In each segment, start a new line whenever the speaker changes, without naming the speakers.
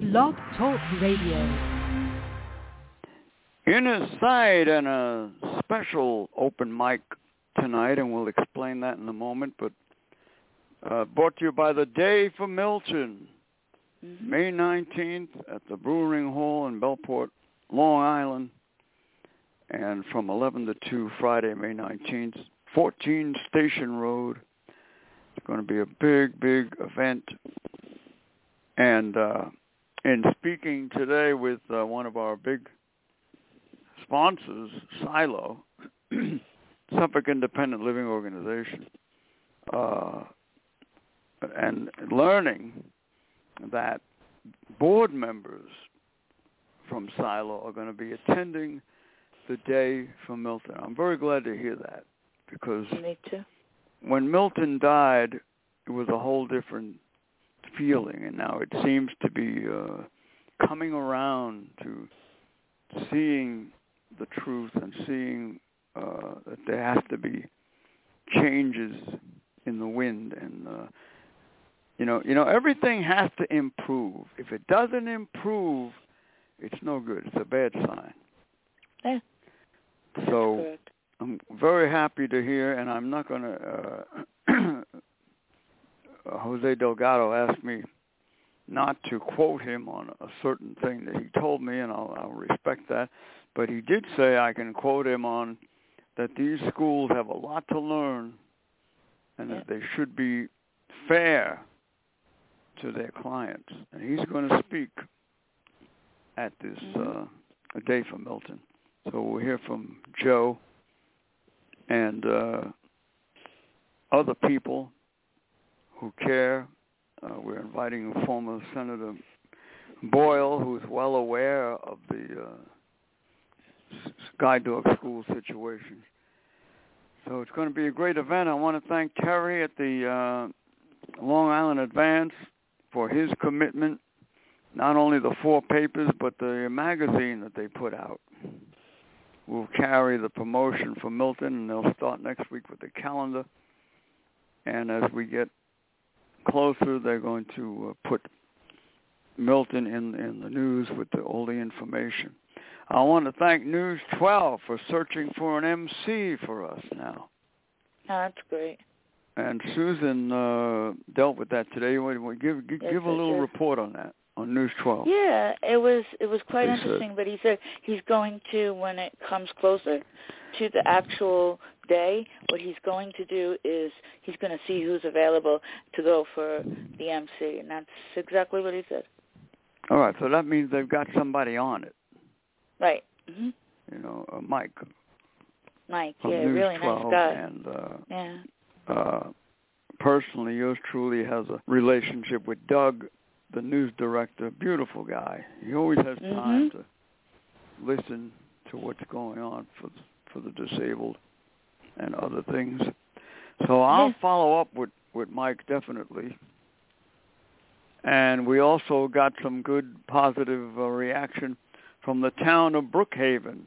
Blog Talk Radio.
Inside and a special open mic tonight, and we'll explain that in a moment. But uh, brought to you by the Day for Milton,
Mm-hmm.
May 19th at the Brewing Hall in Belport, Long Island, and from 11 to 2 Friday, May 19th, 14 Station Road. It's going to be a big, big event, and uh, in speaking today with uh, one of our big sponsors Silo, Suffolk Independent Living Organization, uh, and learning that board members from Silo are going to be attending the day for Milton. I'm very glad to hear that because
Me too.
when Milton died, it was a whole different feeling, and now it seems to be uh, coming around to seeing the truth and seeing uh, that there has to be changes in the wind, and uh, you know, you know, everything has to improve. If it doesn't improve, it's no good. It's a bad sign.
Yeah.
So.
Correct.
I'm very happy to hear, and I'm not going to. Uh, Jose Delgado asked me not to quote him on a certain thing that he told me, and I'll, I'll respect that. But he did say I can quote him on that these schools have a lot to learn, and that they should be fair to their clients. And he's going to speak at this uh, day for Milton. So we'll hear from Joe and uh, other people who care. Uh, we're inviting former Senator Boyle, who's well aware of the uh, s- Sky Dog School situation. So it's going to be a great event. I want to thank Terry at the uh, Long Island Advance for his commitment, not only the four papers, but the magazine that they put out will carry the promotion for Milton, and they'll start next week with the calendar. And as we get closer, they're going to uh, put Milton in in the news with the, all the information. I want to thank News 12 for searching for an MC for us now.
No, that's great.
And Susan uh, dealt with that today. Wait, wait, Give give,
Yes,
give a
yes,
little
yes.
report on that on News 12.
Yeah, it was it was quite
He said-
interesting. But he said he's going to when it comes closer to the actual day. What he's going to do is he's going to see who's available to go for the MC, and that's exactly what he said.
All right, so that means they've got somebody on it.
Right. hmm
You know, uh, Mike
Mike.
from
yeah,
News
really
12,
nice guy.
and. Uh,
Yeah.
uh, personally, yours truly has a relationship with Doug, the news director. Beautiful guy. He always has time
Mhm.
to listen to what's going on for for the disabled and other things. So I'll
Yeah.
follow up with with Mike definitely. And we also got some good positive uh, reaction from the town of Brookhaven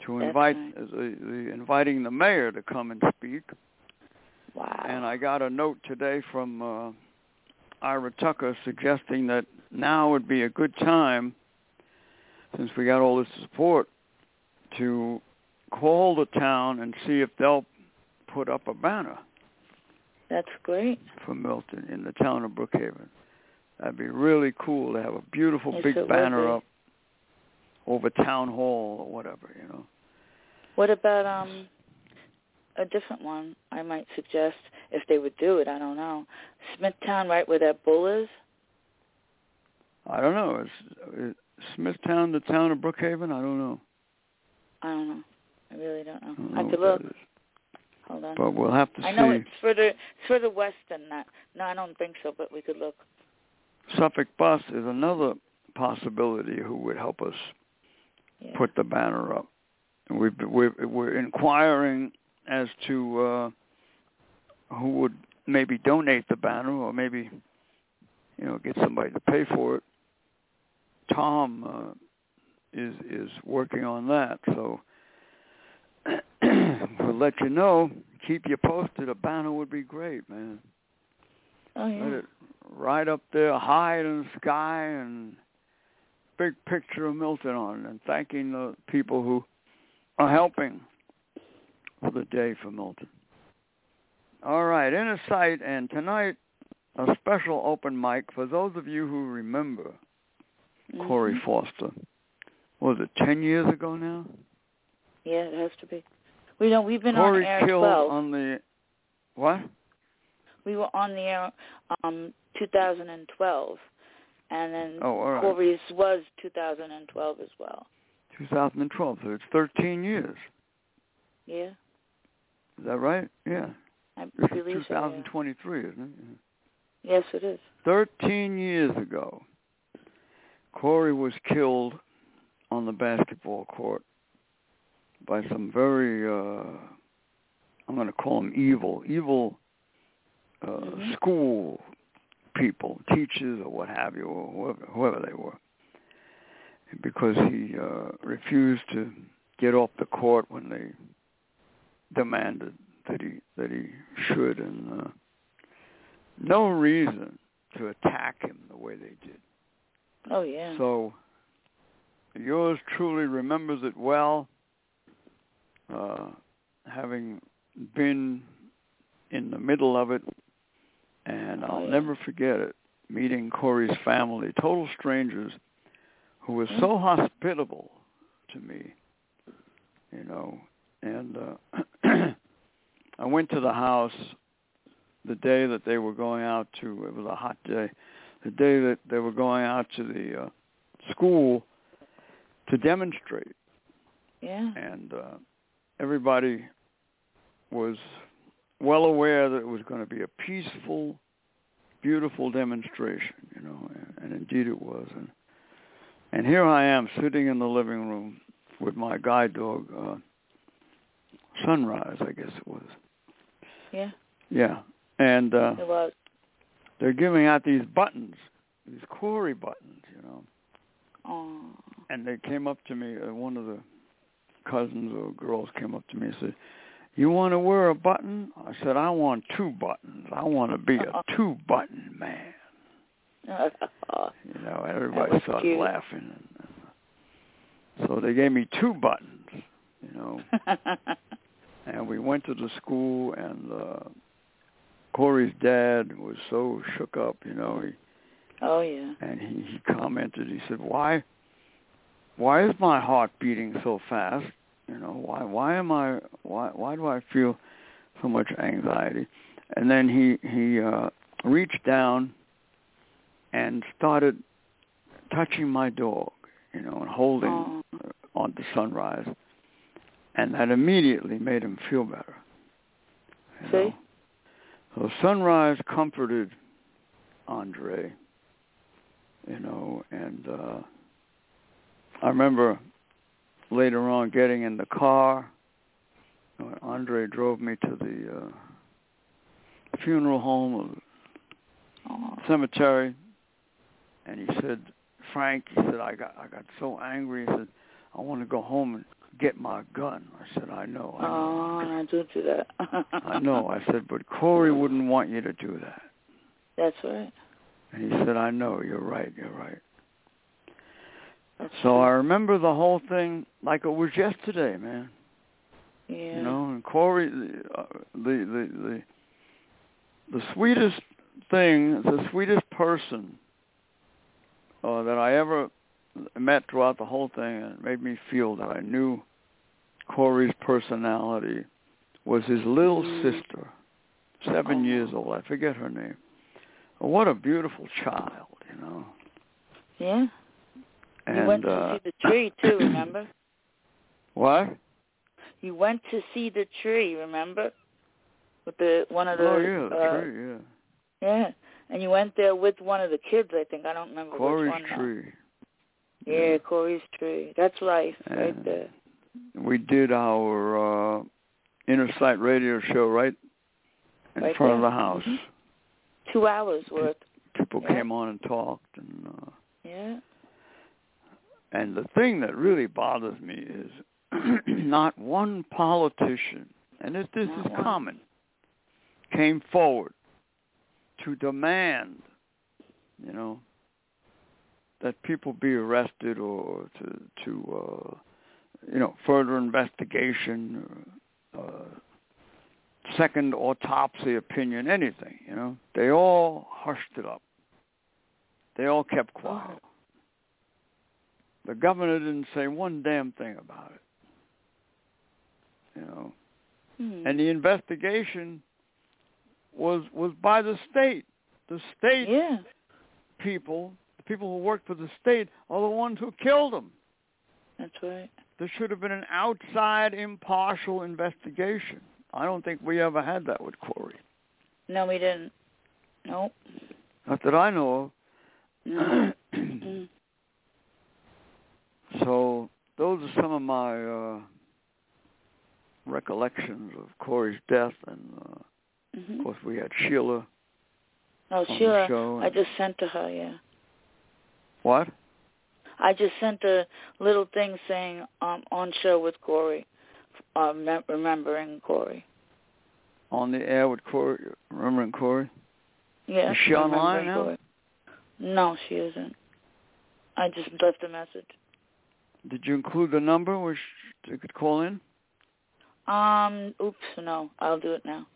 to
That's
invite
right.
uh, the, the, inviting the mayor to come and speak.
Wow.
And I got a note today from uh, Ira Tucker suggesting that now would be a good time, since we got all this support, to call the town and see if they'll put up a banner
that's great.
for Milton in the town of Brookhaven. That'd be really cool to have a beautiful
Yes, it
big
would
banner
be.
up over town hall or whatever, you know.
What about um a different one? I might suggest if they would do it. I don't know. Smithtown, right where that bull is.
I don't know. Is, is Smithtown the town of Brookhaven? I don't know.
I don't know. I really don't know.
I, don't
I
know
could
what
look.
that is.
Hold on.
But we'll have to
I
see.
know it's further it's further west than that. No, I don't think so, but we could look.
Suffolk Bus is another possibility who would help us
Yeah.
put the banner up. And we've, we're, we're inquiring as to uh, who would maybe donate the banner or maybe, you know, get somebody to pay for it. Tom uh, is is working on that, so we'll let you know. Keep you posted. A banner would be great, man.
Oh
Let
yeah.
it right up there, high in the sky, and big picture of Milton on, it, and thanking the people who are helping for the day for Milton. All right, inner sight, and tonight a special open mic for those of you who remember Corey
Mhm.
Foster. Was it ten years ago now?
Yeah, it has to be. We know we've been
Corey
on air
killed
twelve. Mm-hmm.
on the what?
we were on the air um 2012, and then
Oh, all right.
Corey's was 2012 as well.
2012. So it's 13 years.
Yeah,
Is that right? Yeah.
I
This is
believe so. yeah.
2023, isn't it? Yeah.
Yes, it is.
13 years ago, Corey was killed on the basketball court by some very, uh, I'm going to call them evil, evil uh,
Mhm.
school people, teachers or what have you, or whoever, whoever they were, because he uh, refused to get off the court when they demanded that he that he should, and uh, no reason to attack him the way they did.
Oh yeah.
So yours truly remembers it well, uh, having been in the middle of it, and
Oh,
I'll
yeah.
never forget it, meeting Corey's family, total strangers, who were so hospitable to me, you know. And uh, I went to the house the day that they were going out to, it was a hot day, the day that they were going out to the uh, school to demonstrate,
yeah.
and uh, everybody was well aware that it was going to be a peaceful, beautiful demonstration, you know, and, and indeed it was. And, and here I am sitting in the living room with my guide dog, uh, Sunrise, I guess it was.
Yeah.
Yeah, and uh,
It was.
they're giving out these buttons, these quarry buttons, you know.
Oh.
and they came up to me. Uh, one of the cousins or girls came up to me and said, "You want to wear a button?" I said, "I want two buttons. I want to be a two-button man." You know, everybody
was
started
cute.
laughing. And, and so they gave me two buttons. You know, and we went to the school, and uh, Corey's dad was so shook up. You know, he
oh yeah.
and he, he commented he said why why is my heart beating so fast you know why why am i why why do i feel so much anxiety and then he he uh reached down and started touching my dog you know and holding
Oh.
onto sunrise and that immediately made him feel better you
See?
know. So Sunrise comforted Andre, you know, and uh, I remember later on getting in the car. When Andre drove me to the uh, funeral home of
Oh.
cemetery, and he said, "Frank," he said, "I got I got so angry." He said, "I want to go home and get my gun." I said, "I know, I know."
Oh, no, don't do that.
I know. I said, but Corey wouldn't want you to do that.
That's right.
And he said, I know, you're right, you're right.
That's
So I
right.
remember the whole thing like it was yesterday, man.
yeah.
You know, and Corey, the, uh, the, the, the, the sweetest thing, the sweetest person uh, that I ever met throughout the whole thing, and it made me feel that I knew Corey's personality was his little
Mm.
sister, seven
Oh.
years old. I forget her name. What a beautiful child, you know.
Yeah.
And,
you went to
uh,
see the tree too, remember?
What?
You went to see the tree, remember? With the one of the
Oh yeah, the
uh,
tree, yeah.
Yeah. And you went there with one of the kids, I think. I don't remember which
Corey's
one. now.
tree.
Yeah, Corey's tree. That's life
Yeah.
right there.
We did our uh inner sight radio show right in
Right
front of
there.
the house.
Mhm. Two hours worth.
People
Yeah.
came on and talked and uh
Yeah.
and the thing that really bothers me is not one politician and it, this
Not
is
one.
common came forward to demand, you know, that people be arrested or to to uh, you know further investigation, uh, second autopsy opinion, anything. You know, they all hushed it up. They all kept quiet. The governor didn't say one damn thing about it. You know,
Hmm.
and the investigation was was by the state. The state
yeah.
people, the people who work for the state, are the ones who killed them.
That's right.
There should have been an outside, impartial investigation. I don't think we ever had that with Corey,
No, we didn't. Nope.
not that I know
No.
of. so those are some of my uh, recollections of Corey's death, and uh,
mm-hmm.
of course we had Sheila
Oh,
on the
Sheila,
show.
I just sent to her. Yeah.
what?
I just sent a little thing saying um, on show with Corey, uh, mem- remembering Corey.
On the air with Corey, remembering Corey?
Yeah.
Is she online
remembering
now?
Corey. No, she isn't. I just left a message.
Did you include the number which they could call in?
Um. Oops. No, I'll do it now.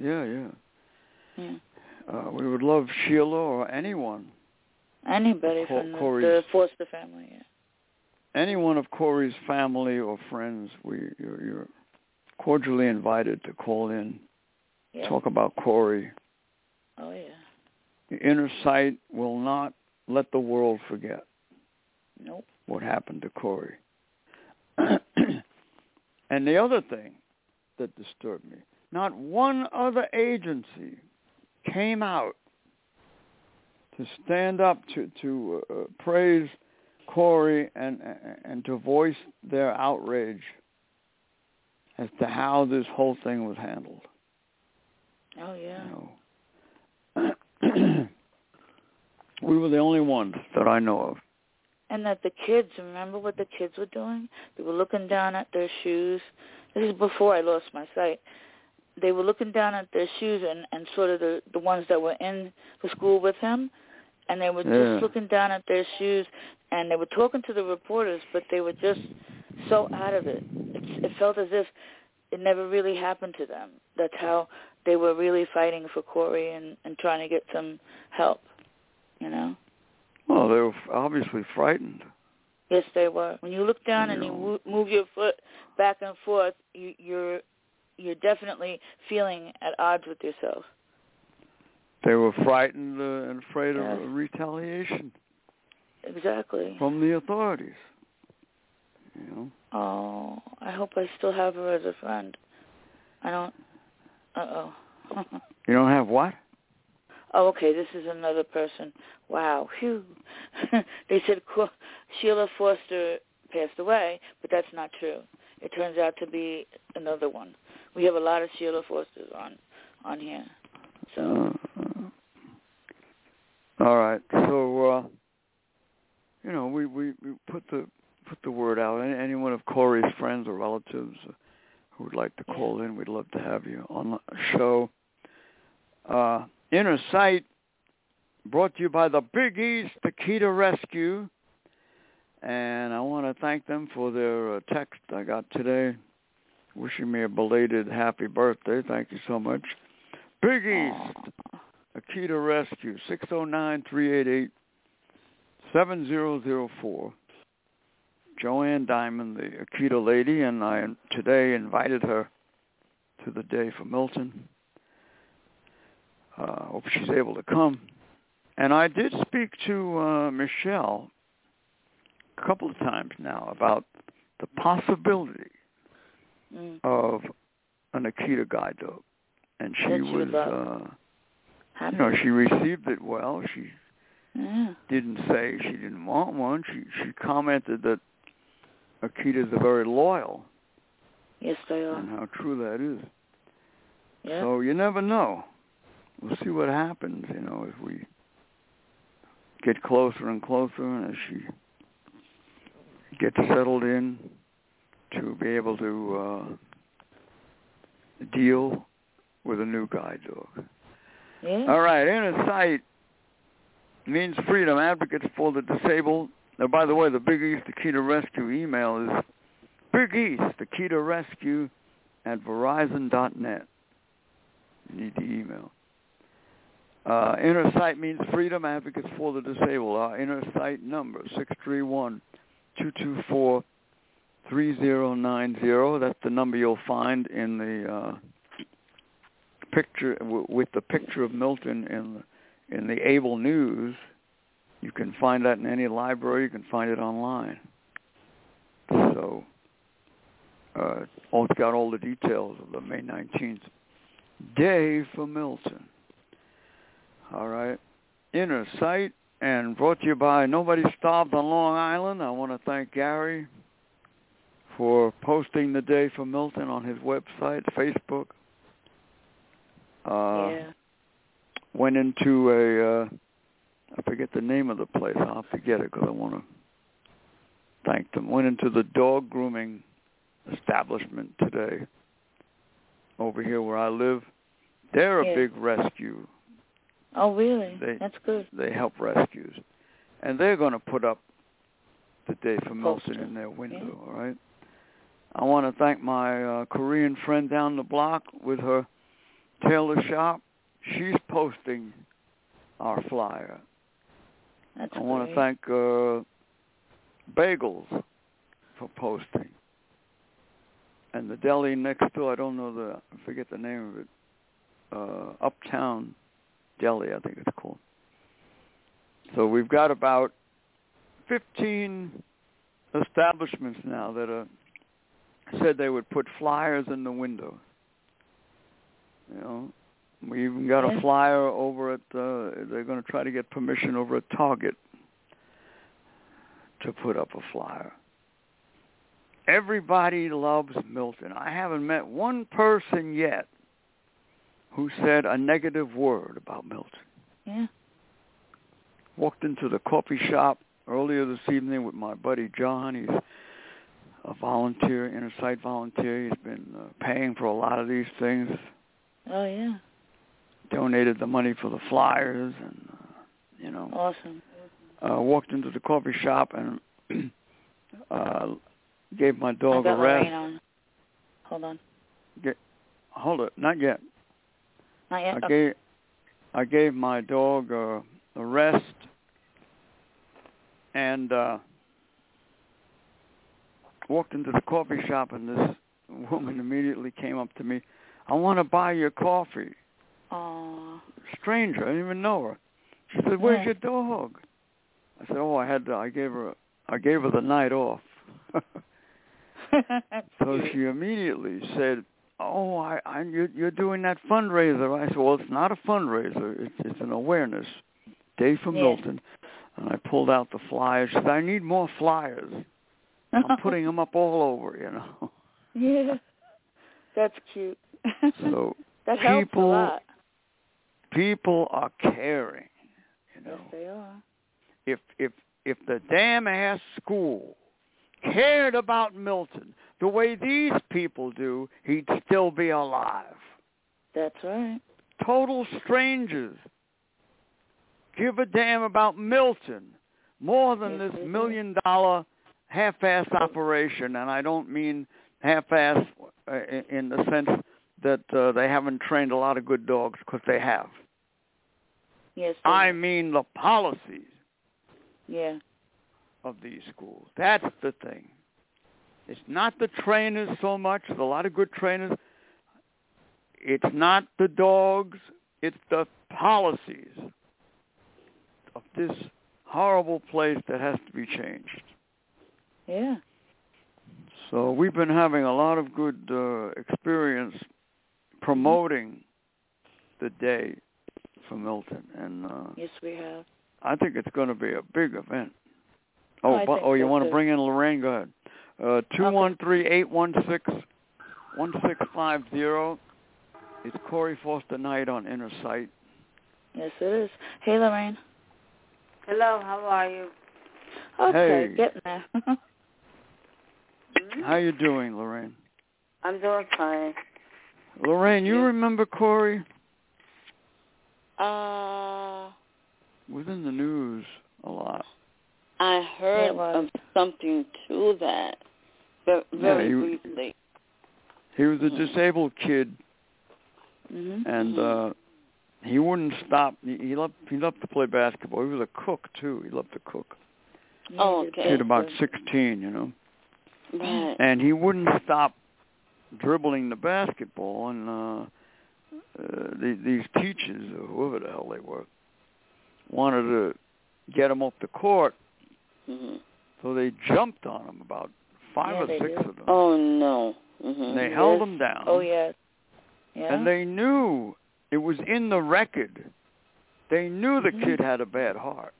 Yeah, yeah.
Yeah.
Uh, we would love Sheila or anyone,
Anybody
Cor-
from the,
Corey's-
the Foster family. Yeah.
anyone of Corey's family or friends. We you're, you're cordially invited to call in,
yeah.
talk about Corey.
Oh yeah.
The inner sight will not let the world forget
Nope.
what happened to Corey. and the other thing that disturbed me, not one other agency came out to stand up to to uh, praise Corey and and to voice their outrage as to how this whole thing was handled.
Oh yeah.
You know. we were the only ones that I know of.
And that the kids, remember what the kids were doing? They were looking down at their shoes. This is before I lost my sight. They were looking down at their shoes and, and sort of the, the ones that were in the school with him. And they were just
Yeah.
looking down at their shoes and they were talking to the reporters, but they were just so out of it. It, it felt as if it never really happened to them. That's how they were really fighting for Corey and, and trying to get some help, you know?
Well, they were obviously frightened.
Yes, they were. When you look down and you
No.
wo- move your foot back and forth, you, you're you're definitely feeling at odds with yourself.
They were frightened uh, and afraid
Yes.
of retaliation
Exactly.
from the authorities. You know,
Oh, I hope I still have her as a friend. I don't. Uh oh.
you don't have what?
oh, okay. This is another person. Wow. Phew. they said Qu- Sheila Foster passed away, but that's not true. It turns out to be another one. We have a lot of Sheila Forsters on on here. So.
Uh, all right. So, uh, you know, we, we we put the put the word out. Any, anyone of Corey's friends or relatives uh, who would like to
Yeah.
call in, we'd love to have you on the show. Uh, Inner Sight, brought to you by the Big East Taquita Rescue. And I want to thank them for their uh, text I got today, wishing me a belated happy birthday. Thank you so much. Big East Akita Rescue, 609-388-7004. Joanne Diamond, the Akita lady, and I today invited her to the day for Milton. Uh, hope she's able to come. And I did speak to uh, Michelle a couple of times now about the possibility
Mm.
of an Akita guide dog. And she
That she
was,
would love.
uh, you know, she received it well. She
Yeah.
didn't say she didn't want one. She she commented that Akitas are very loyal
Yes, they
and
are.
how true that is.
Yeah.
So you never know. We'll see what happens, you know, as we get closer and closer and as she gets settled in to be able to uh, deal with a new guide dog.
Yeah.
All right, inner sight means freedom. Advocates for the disabled. Now, by the way, the Big East, the key to rescue email is Big East, the key to rescue at Verizon.net. You need the email. Uh, inner sight means freedom. Advocates for the disabled. Our inner sight number, 631-224-3090. That's the number you'll find in the... Uh, picture w- with the picture of Milton in the, in the Able News. You can find that in any library. You can find it online. So uh, all, it's got all the details of the May 19th day for Milton. All right. Inner Sight and brought to you by Nobody Starved on Long Island. I want to thank Gary for posting the day for Milton on his website, Facebook uh,
yeah.
went into a uh, I forget the name of the place. I'll forget it because I want to thank them. Went into the dog grooming establishment today over here where I live. They're a
Yeah.
big rescue.
Oh, really?
They-
That's good.
They help rescues, and they're going to put up the day for Milton
Poster.
in their window. All right. I want to thank my uh, Korean friend down the block with her tailor shop. She's posting our flyer.
That's
I want to
great.
thank uh, Bagels for posting, and the deli next door. I don't know the, I forget the name of it. Uh, Uptown Deli, I think it's called. So we've got about 15 establishments now that are said they would put flyers in the window. You know, we even got
Yeah.
a flyer over at. Uh, they're going to try to get permission over at Target to put up a flyer. Everybody loves Milton. I haven't met one person yet who said a negative word about Milton.
Yeah.
Walked into the coffee shop earlier this evening with my buddy John. He's a volunteer, inner sight volunteer. He's been uh, paying for a lot of these things.
Oh, yeah.
Donated the money for the flyers, and uh, you know.
Awesome.
uh, walked into the coffee shop and uh, gave my
I
dog a
got
rest.
Lorraine on. Hold on.
Hold it, not yet.
Not yet.
I
Okay.
gave I gave my dog uh, a rest, and uh, walked into the coffee shop, and this woman immediately came up to me. I want to buy your coffee.
Aw.
stranger. I didn't even know her. She said, "Where's
Yeah.
your dog?" I said, "Oh, I had to, I gave her I gave her the night off."
That's
so
cute.
she immediately said, "Oh, I, I you're, you're doing that fundraiser." I said, "Well, it's not a fundraiser. It's it's an awareness day for
Yeah.
Milton." And I pulled out the flyers. She said, "I need more flyers. I'm putting them up all over, you know."
Yeah. That's cute.
So
that helps
people-
a lot.
people are caring, you know.
Yes, they are.
if if if the damn ass school cared about Milton the way these people do, he'd still be alive.
That's right.
Total strangers give a damn about Milton more than
Yes,
this
they do.
million dollar half ass operation, and I don't mean half ass in the sense that uh, they haven't trained a lot of good dogs because they have.
Yes. They
I
do.
mean the policies.
Yeah.
of these schools. That's the thing. It's not the trainers so much. There's a lot of good trainers. It's not the dogs. It's the policies of this horrible place that has to be changed.
Yeah.
So we've been having a lot of good uh, experience promoting the day for Milton, and uh,
Yes, we have.
I think it's going to be a big event.
Oh,
Oh,
I
bu-
think
oh, you
so,
want to
too.
bring in Lorraine? Go ahead. Uh, two one three eight one six one six five zero. It's Corey Foster Knight on Inner Sight.
Yes, it is. Hey, Lorraine.
Hello, how are you? Hmm?
Okay,
Hey.
getting there.
How you doing, Lorraine?
I'm doing fine.
Lorraine, you remember Corey?
Uh,
was in the news a lot.
I heard
It was.
um,
of something to that ve- very
you-
briefly.
He was
Mm-hmm.
a disabled kid,
hmm
and uh, he wouldn't stop. He, he loved he loved to play basketball. He was a cook too. He loved to cook.
Oh,
He
okay.
was about sixteen, you know,
Right.
and he wouldn't stop dribbling the basketball. And uh, uh, the, these teachers, or whoever the hell they were, wanted to get him off the court,
Mhm.
so they jumped on him. About five
Mm-hmm. Yeah,
or
they
six
do.
of them.
Oh no.
Mm-hmm.
Mhm.
And they
Mhm.
held
Yes.
him down.
Oh yes. Yeah.
And they knew it was in the record. They knew the
Mhm.
kid had a bad heart.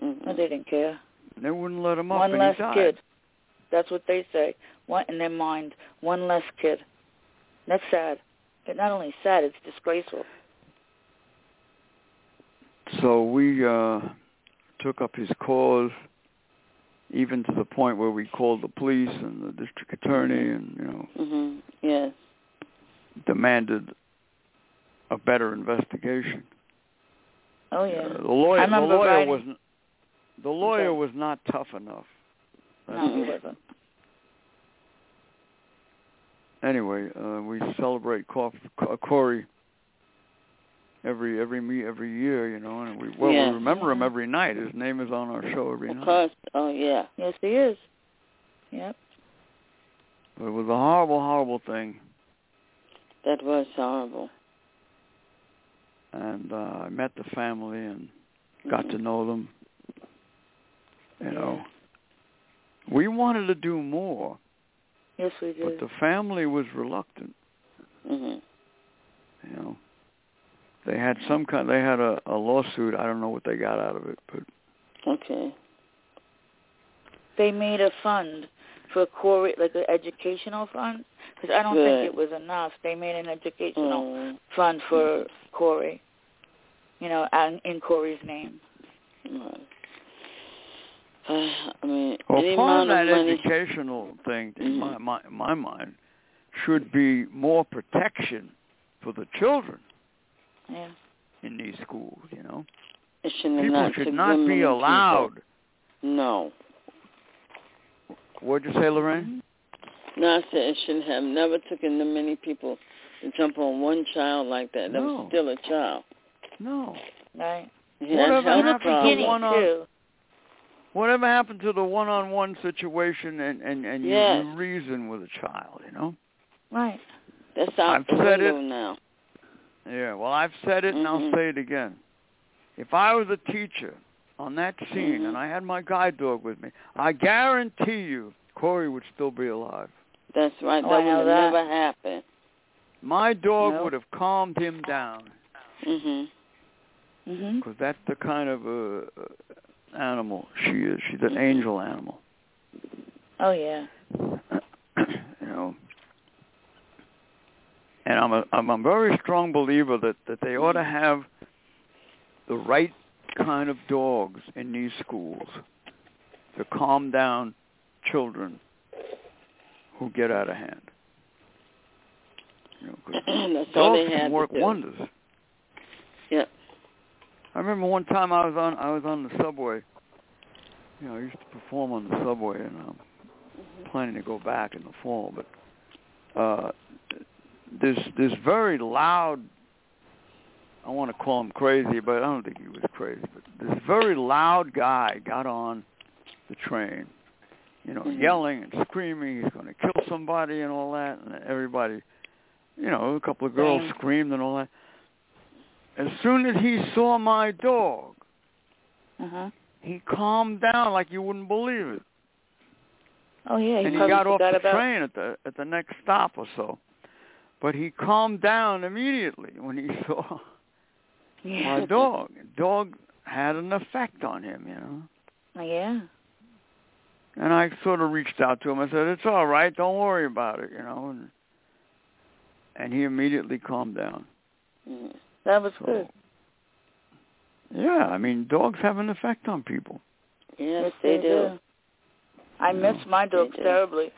Mhm.
Mm-hmm.
No, they didn't care.
And they wouldn't let him up
One
and
less
he died.
kid. That's what they say. One in their mind, one less kid. That's sad. But not only sad, it's disgraceful.
So we uh took up his cause even to the point where we called the police and the district attorney and, you know,
Mhm. Yes.
demanded a better investigation.
Oh yeah.
Uh, the lawyer the
remember
lawyer
writing-
was n- the lawyer
sorry.
was not tough enough.
no, he
Mhm.
wasn't.
anyway, uh, we celebrate Cor- Cor- Corey every every me every year, you know, and we well
Yeah.
we remember him every night. His name is on our show every
Of
night.
course. Oh yeah.
Yes, he is. Yep.
It was a horrible, horrible thing,
That was horrible.
and uh, I met the family and got
Mm-hmm.
to know them. You know, we wanted to do more,
Yes, we do.
but the family was reluctant.
Mhm.
You know, they had some kind. They had a, a lawsuit. I don't know what they got out of it, but
Okay.
they made a fund for Corey, like an educational fund, because I don't
Good.
think it was enough. They made an educational
Oh.
fund for Corey, you know, and in Corey's name.
Right. Uh, I mean,
Well,
any
part of
amount
that
of money.
educational thing, in my,
Mhm.
my in my mind, should be more protection for the children
Yeah.
in these schools. You know,
it should
people
not
should
took
not
women
be
and people.
allowed.
No.
What'd you say, Lorraine?
No, I said it should have never taken them many people to jump on one child like that. That
No.
was still a child.
No.
Right.
He
Whatever
had health
happened to
problems.
Beginning
one on-
too.
Whatever happened to the one-on-one situation and and and you-
Yes.
you reason with a child? You know.
Right.
That's out
I've
the
said
window
it.
now.
Yeah. Well, I've said it, and I'll
Mhm.
say it again. If I was a teacher on that scene
Mhm.
and I had my guide dog with me, I guarantee you, Corey would still be alive.
That's right.
Oh, I
that
know
would
that.
have never happened.
My dog
No.
would have calmed him down
Mhm.
Mhm.
because that's the kind of a uh, animal she is. She's an
Mhm.
angel animal,
Oh yeah.
you know. And I'm a I'm a very strong believer that that they ought to have the right kind of dogs in these schools to calm down children who get out of hand. You know, 'cause
That's all
dogs
they had
can work
to do.
wonders.
Yep.
I remember one time I was on I was on the subway. You know, I used to perform on the subway, and I'm
Mm-hmm.
planning to go back in the fall. But uh, this this very loud, I want to call him crazy, but I don't think he was crazy. But this very loud guy got on the train, you know,
Mhm.
yelling and screaming. He's going to kill somebody and all that, and everybody, you know, a couple of girls
Right.
screamed and all that. As soon as he saw my dog,
Uh huh.
he calmed down like you wouldn't believe it.
Oh yeah. He
and he
probably
got off
forgot
the
about.
train at the at the next stop or so. But he calmed down immediately when he saw
Yeah.
my dog. Dog had an effect on him, you know.
Oh, yeah.
And I sort of reached out to him. I said, "It's all right. Don't worry about it," you know. And and he immediately calmed down.
Mhm.
That was
So
good.
yeah, I mean, dogs have an effect on people.
Yes, they, do.
Yeah.
I miss my dogs
do.
terribly.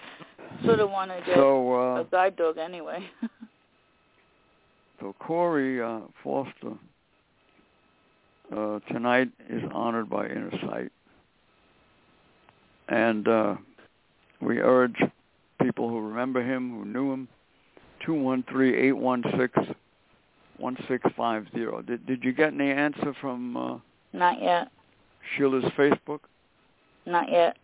Sort of want to get
So
a
uh,
guide dog anyway.
so Corey uh, Foster uh, tonight is honored by inner sight. And uh, we urge people who remember him, who knew him, 213-816-1650. Did, did you get any answer from uh,
Not yet.
Sheila's Facebook?
Not yet.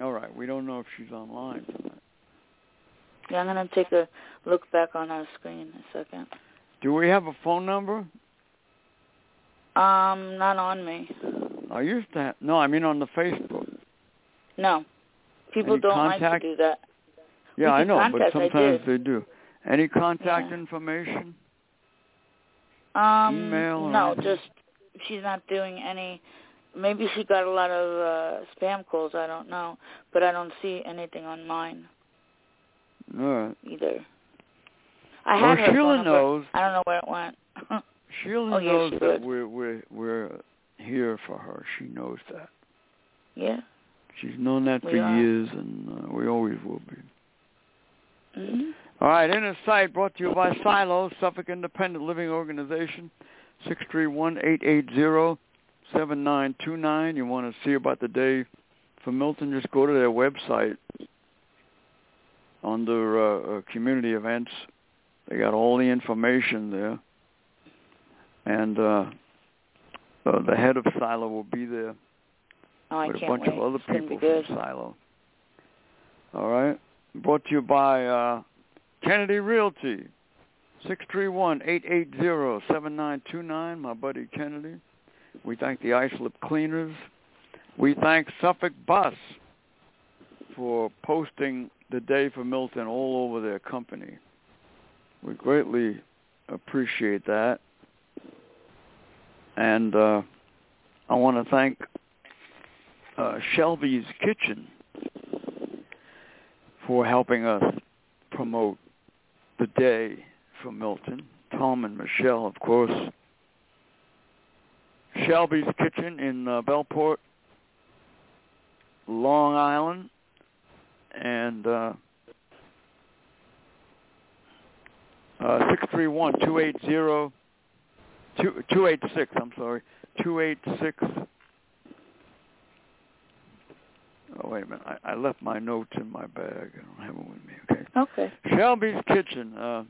All right, we don't know if she's online tonight.
Yeah, I'm gonna take a look back on our screen in a second.
Do we have a phone number?
Um, not on me.
I used to. Have, no, I mean on the Facebook.
No. People
Any
don't like
contact?
to do that.
Yeah, I
can
know, but
contact, I
sometimes
did.
they do. Any contact
Yeah.
information?
Um,
Email or
no,
anything?
just she's not doing any. Maybe she got a lot of uh, spam calls. I don't know, but I don't see anything on mine
All right.
either. I
Well,
had her
Sheila
phone number.
knows.
I don't know where it went.
Sheila
Oh, yes,
knows
she
that
would.
we're we're we're here for her. She knows that.
yeah.
She's known that
We
for
are.
years, and uh, we always will be.
hmm
All right, Inner Sight brought to you by Silo, Suffolk Independent Living Organization, six three one eight eight zero seven nine two nine. You want to see about the day for Milton, just go to their website under uh, uh, community events. They got all the information there. And uh, uh, the head of Silo will be there
Oh, I
with a
can't
bunch
wait.
of other
it's gonna be
people
good.
from Silo. All right. Brought to you by uh, Kennedy Realty, six three one eight eight zero seven nine two nine. my buddy Kennedy. We thank the Islip Cleaners. We thank Suffolk Bus for posting the day for Milton all over their company. We greatly appreciate that. And uh, I want to thank uh, Shelby's Kitchen for helping us promote the day for Milton. Tom and Michelle, of course. Shelby's Kitchen in uh, Bellport, Long Island, and uh, uh, six three one two eight zero two two eight six. I'm sorry, two eight six. Oh wait a minute, I, I left my notes in my bag. I don't have them with me. Okay,
Okay.
Shelby's Kitchen, uh,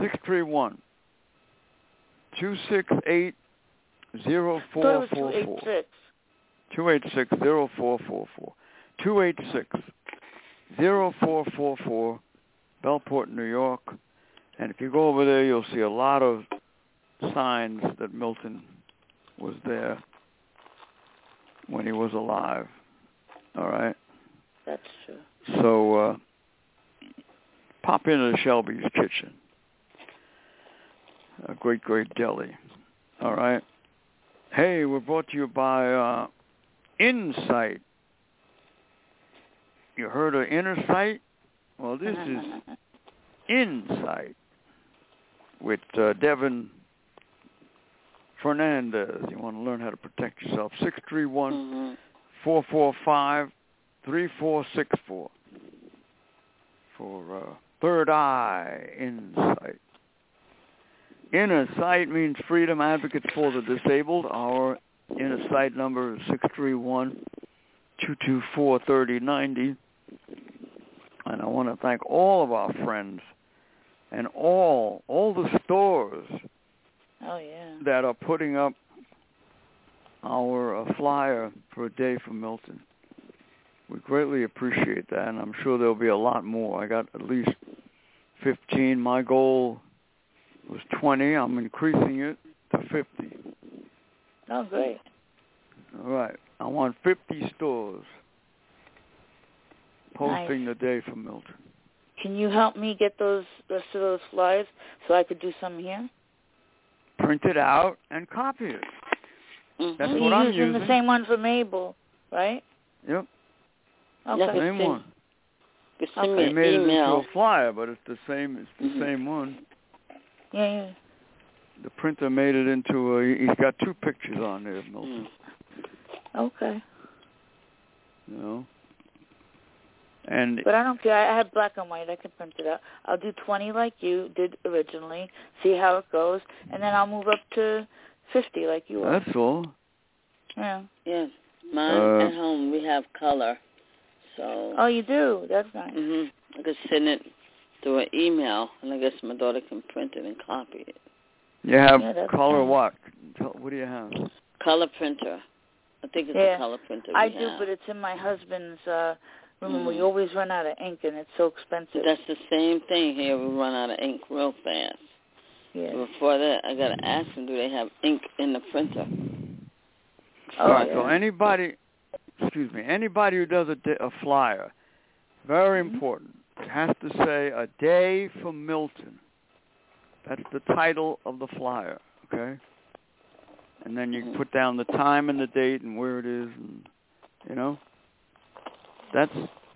631 268 Oh,
thought it was two eight
0444.
six.
286 0444. 286 0444, Bellport, New York. And if you go over there, you'll see a lot of signs that Milton was there when he was alive. All right?
That's true.
So uh, pop into the Shelby's Kitchen, a great, great deli. All right. Hey, we're brought to you by uh, Insight. You heard of Inner Sight? Well, this is
Uh-huh.
Insight with uh, Devin Fernandez. You want to learn how to protect yourself. 631
Mm-hmm.
hmm
Four four five three four six four for uh, third eye insight. Inner sight means freedom. Advocates for the disabled. Our inner sight number is six three one two two four thirty ninety. And I want to thank all of our friends and all all the stores
Oh yeah.
that are putting up our uh, flyer for a day for Milton. We greatly appreciate that, and I'm sure there'll be a lot more. I got at least 15. My goal was 20. I'm increasing it to 50.
Oh great.
All right. I want 50 stores posting
Nice.
the day for Milton.
Can you help me get those rest of those slides so I could do some here?
Print it out and copy it. That's
Mm-hmm. You're
what I'm
using the
using.
same one for Mabel, right?
Yep,
Okay.
Yeah,
same
thing.
one.
You send me
They
an
made it into a
email.
flyer, but it's the same. It's the
Mhm.
same one.
Yeah, yeah.
The printer made it into a. He's got two pictures on there, of Milton.
Mm.
Okay.
You know, And
But I don't care. I I have black and white. I can print it out. I'll do 20 like you did originally, see how it goes, and then I'll move up to 50 like you are.
that's all.
Yeah.
Yes. Mine
Uh,
at home we have color. So
Oh, you do? That's nice.
mhm. I could send it through an email and I guess my daughter can print it and copy it.
You have
Yeah, that's
color
fine.
what? Tell- What do you have?
Color printer. I think it's
Yeah,
a color printer we
I do,
have.
but it's in my husband's uh room, and
Mm.
we always run out of ink, and it's so expensive.
That's the same thing here. We run out of ink real fast.
yeah.
Before that, I gotta ask them, do they have ink in the printer?
Oh,
all right. So
yeah.
anybody, excuse me, anybody who does a, di- a flyer, very
Mhm.
important, it has to say a day for Milton. That's the title of the flyer. Okay. And then you
Mhm.
put down the time and the date and where it is, and you know, that's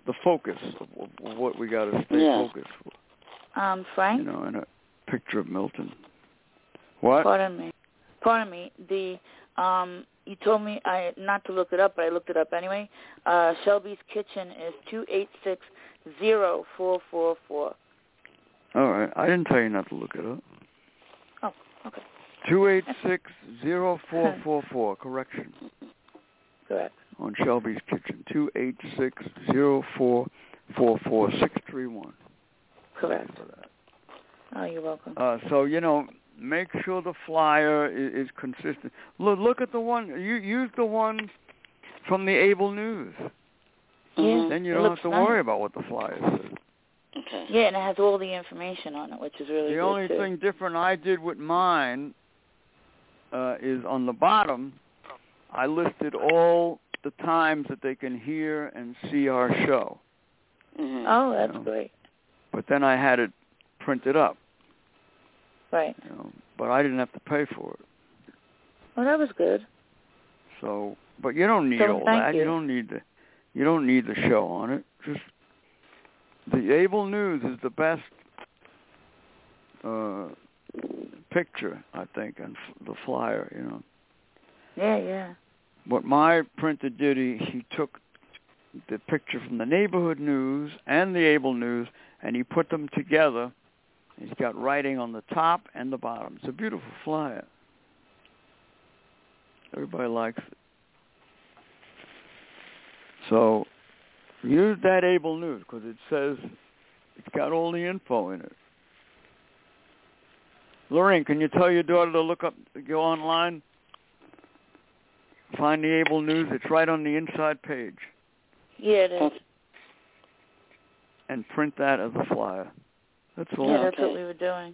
the focus of, of what we got to stay
Yeah.
focused. For.
Um,
you
Frank,
know, and a picture of Milton. What?
pardon me. Pardon me. The um, you told me I not to look it up, but I looked it up anyway. Uh, Shelby's kitchen is two eight six zero four four four.
All right, I didn't tell you not to look it up.
Oh, okay.
Two eight six zero four four four. Correction
Correct.
on Shelby's Kitchen. Two eight six zero four four four six three one.
Correct. Oh, you're welcome.
Uh, so you know, make sure the flyer is, is consistent. Look, look at the one. You use the one from the Able News.
Yeah.
Mhm.
Then you
It
don't have
looks
to
nice.
worry about what the flyer says.
Okay.
Yeah, and it has all the information on it, which is really
The
good
only
too.
thing different I did with mine uh, is on the bottom, I listed all the times that they can hear and see our show.
Mhm.
Oh, that's
Yeah.
great.
But then I had it printed up,
Right.
you know, but I didn't have to pay for it.
Well, that was good.
So, but you don't need
So,
all
thank
that. You.
you.
don't need the you don't need the show on it. Just the Able News is the best uh picture, I think, and f- the flyer, you know.
Yeah, yeah.
what my printer did, he, he took the picture from the neighborhood news and the Able News, and he put them together. He's got writing on the top and the bottom. It's a beautiful flyer. Everybody likes it. So use that Able News because it says it's got all the info in it. Lorraine, can you tell your daughter to look up, go online Find the Able News. It's right on the inside page,
Yeah, it is.
Okay.
and print that as a flyer. That's all.
Yeah, that's what
Okay.
we were doing.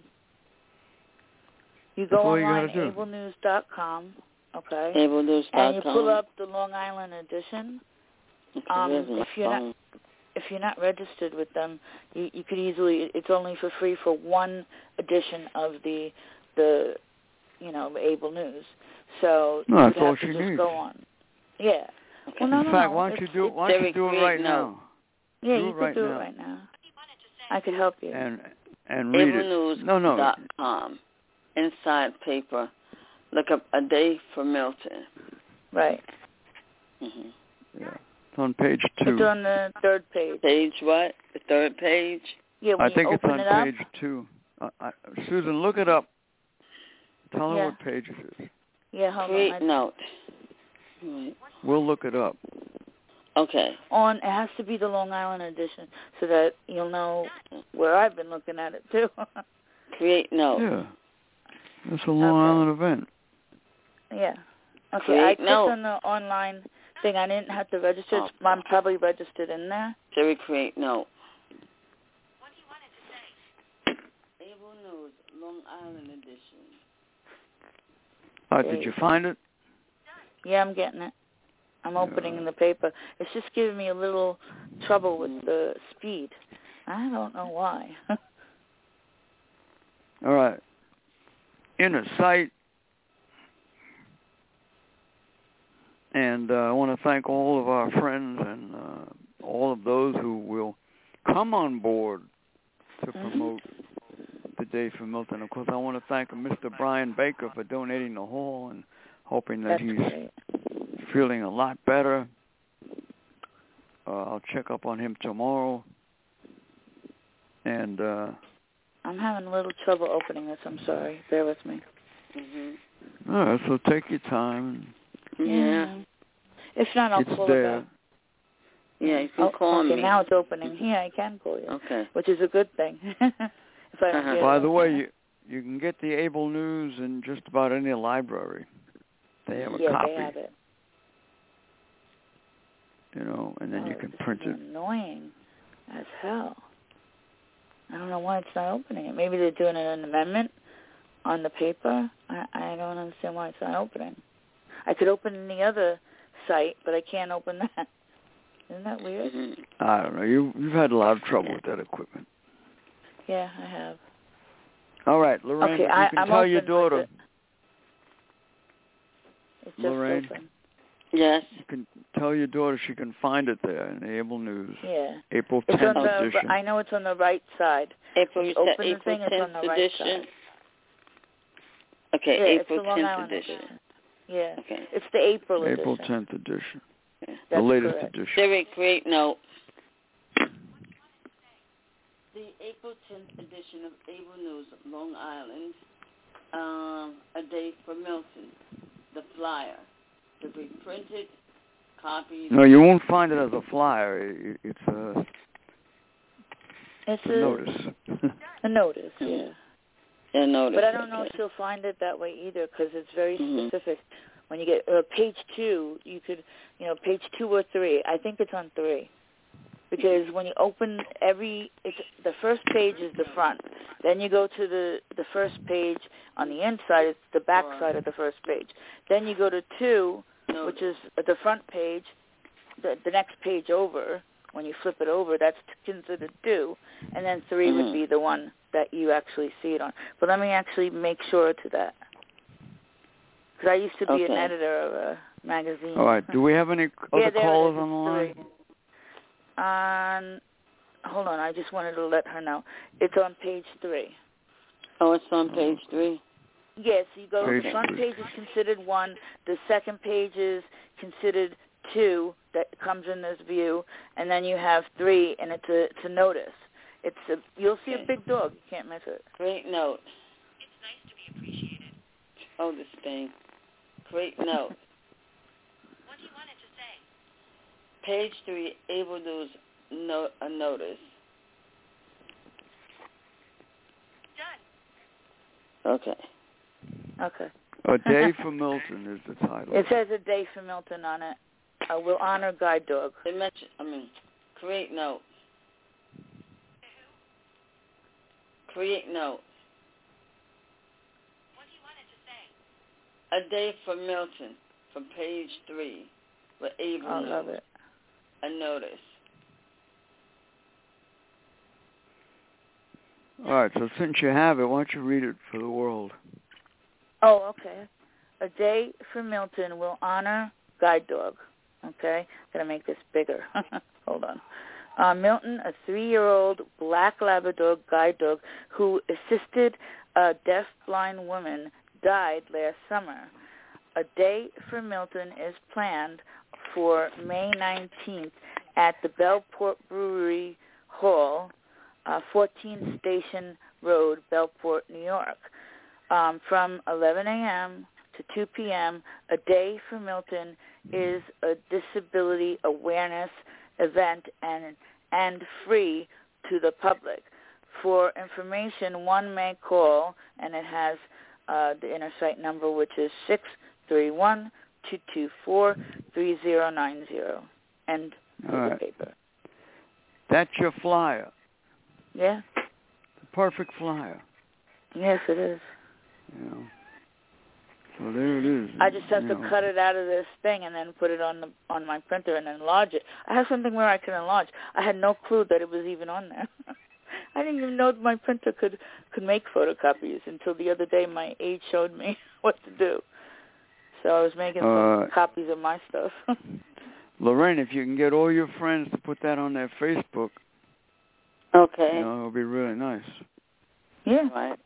You
That's
go
all you
online,
gotta do.
ablenews.com, okay,
Ablenews.com.
and you pull up the Long Island edition.
Okay,
um,
there's my
if you're not-
phone.
If you're not registered with them, you, you could easily. It's only for free for one edition of the the you know Able News. So
No,
you
that's
would
all
have to
she
just
needs.
go on. Yeah.
Okay.
Well, no,
In
no,
fact,
no.
why don't you
it's-
do it?
it's-
Why don't
very
you do it
great
right
now.
now,
Yeah,
do
you
it right
could do
now.
it right now. I could help you.
and and read
Ablenews
it? No, no.
dot com. Inside paper. Look up a day for Milton.
right.
hmm
Yeah. It's on page
It's
two.
on the third page.
Page what? The third page.
Yeah, when
I
you
think it's
open
on
it up,
page two. Uh, I, Susan, look it up. Tell her
Yeah.
what page it is.
Yeah, hold
Create
on. I-
note. Wait.
We'll look it up.
Okay.
on it has to be the Long Island edition so that you'll know where I've been looking at it too.
Create note.
Yeah. It's a Long
Okay.
Island event.
yeah. Okay, I
Create
clicked
note.
on the online thing. I didn't have to register. It's-
Oh.
I'm probably registered in there.
Jerry, create note. Ablenews, Long Island edition.
All right, Uh, did you find it?
Yeah, I'm getting it. I'm
Yeah.
opening the paper. It's just giving me a little trouble with the speed. I don't know why.
All right. Inner sight. And uh, I want to thank all of our friends and uh, all of those who will come on board to
Mhm.
promote the day for Milton. Of course, I want to thank Mr. Brian Baker for donating the hall and hoping that
That's
he's
great.
feeling a lot better. Uh, I'll check up on him tomorrow. And uh,
I'm having a little trouble opening this. I'm sorry. Bear with me.
hmm
all right, so take your time.
Yeah.
If not, I'll
it's
pull
there.
it back.
Yeah, you can
oh,
call
okay,
me.
now it's opening. Yeah, I can pull you,
Okay.
which is a good thing. if I don't
Uh-huh.
get it
By the
open.
way, you you can get the Able News in just about any library. They have a
yeah,
copy,
they have it.
you know, and then you
Oh,
can
this
print
is
it.
Annoying as hell. I don't know why it's not opening it. Maybe they're doing an amendment on the paper. I, I don't understand why it's not opening. I could open the other site, but I can't open that. Isn't that weird?
hmm
I don't know. You you've had a lot of trouble with that equipment.
Yeah, I have.
All right, Lorraine,
okay,
you
I,
can
I'm
tell
open,
your
but
daughter.
the- It's just
Lorraine.
open.
Yes.
You can tell your daughter she can find it there in the Able News,
Yeah.
April
It's on
tenth
the.
edition.
I know it's on the right side.
April,
When you
you said
open the
April
thing, it's on
10th
the right
edition?
side.
Okay,
yeah, it's the
April
Long
10th
Island
edition.
Yeah.
Okay.
It's the April,
April
edition.
tenth edition,
okay.
the
That's
latest
correct.
edition.
Derek, great note. The April 10th edition of Able News, Long Island, um, A Day for Milton, the flyer, to be printed, copied.
No, you won't find it as a flyer. It, it's a,
It's
it's a notice. Mm-hmm.
A notice,
Mhm.
yeah.
Yeah, notice.
But I don't know if
okay.
she'll find it that way either because it's very
Mhm.
specific. When you get uh, page two, you could, you know, page two or three. I think it's on three. Because when you open every, it's the first page is the front. Then you go to the the first page on the inside. It's the back
Right.
side of the first page. Then you go to two,
Notice.
which is the front page, the, the next page over, when you flip it over, that's considered two, and then 3
Mhm.
would be the one that you actually see it on. But let me actually make sure to that, because I used to be an
Okay.
editor of a magazine.
All right. Oh, Do we have any
yeah,
other
there it
callers
is,
on the line?
it's three. On, hold on, I just wanted to let her know it's on page three.
Oh, it's on page three.
Yes, you go.
Page
the front
three.
page is considered one. The second page is considered two that comes in this view, and then you have three, and it's a it's a notice. It's a you'll see
Okay.
a big dog. You can't miss it.
Great note. It's nice to be appreciated. Oh, this thing. Great note. what do you want it to say? Page three, able to no, a notice. Done. Okay.
Okay.
A Day for Milton is the title.
It says a day for Milton on it. Uh, we'll honor guide dog.
They met you- I mean, create note. Create note. What do you want it to say? A day for Milton, from page three, with Able
I
note,
love it.
a notice.
All right. So since you have it, why don't you read it for the world?
Oh, okay. A day for Milton will honor guide dog. Okay, gonna make this bigger. Hold on. Uh, Milton, a three-year-old black Labrador guide dog who assisted a deaf-blind woman, died last summer. A day for Milton is planned for May 19th at the Bellport Brewery Hall, uh, 14 Station Road, Bellport, New York um, from 11 a.m. to 2 p.m. A Day for Milton is a disability awareness event and and free to the public. For information, one may call, and it has uh, the inner site number, which is six three one two two four three zero nine zero. End of
All
the
right.
paper.
That's your flyer.
Yeah.
The perfect flyer.
Yes, it is.
You know. So there it is.
I just have
you
to
know.
cut it out of this thing and then put it on the on my printer and enlarge it. I have something where I can enlarge. I had no clue that it was even on there. I didn't even know that my printer could could make photocopies until the other day my aide showed me what to do. So I was making
Uh,
some copies of my stuff.
Lorraine, if you can get all your friends to put that on their Facebook,
Okay.
you know, it'll be really nice.
yeah.
Right.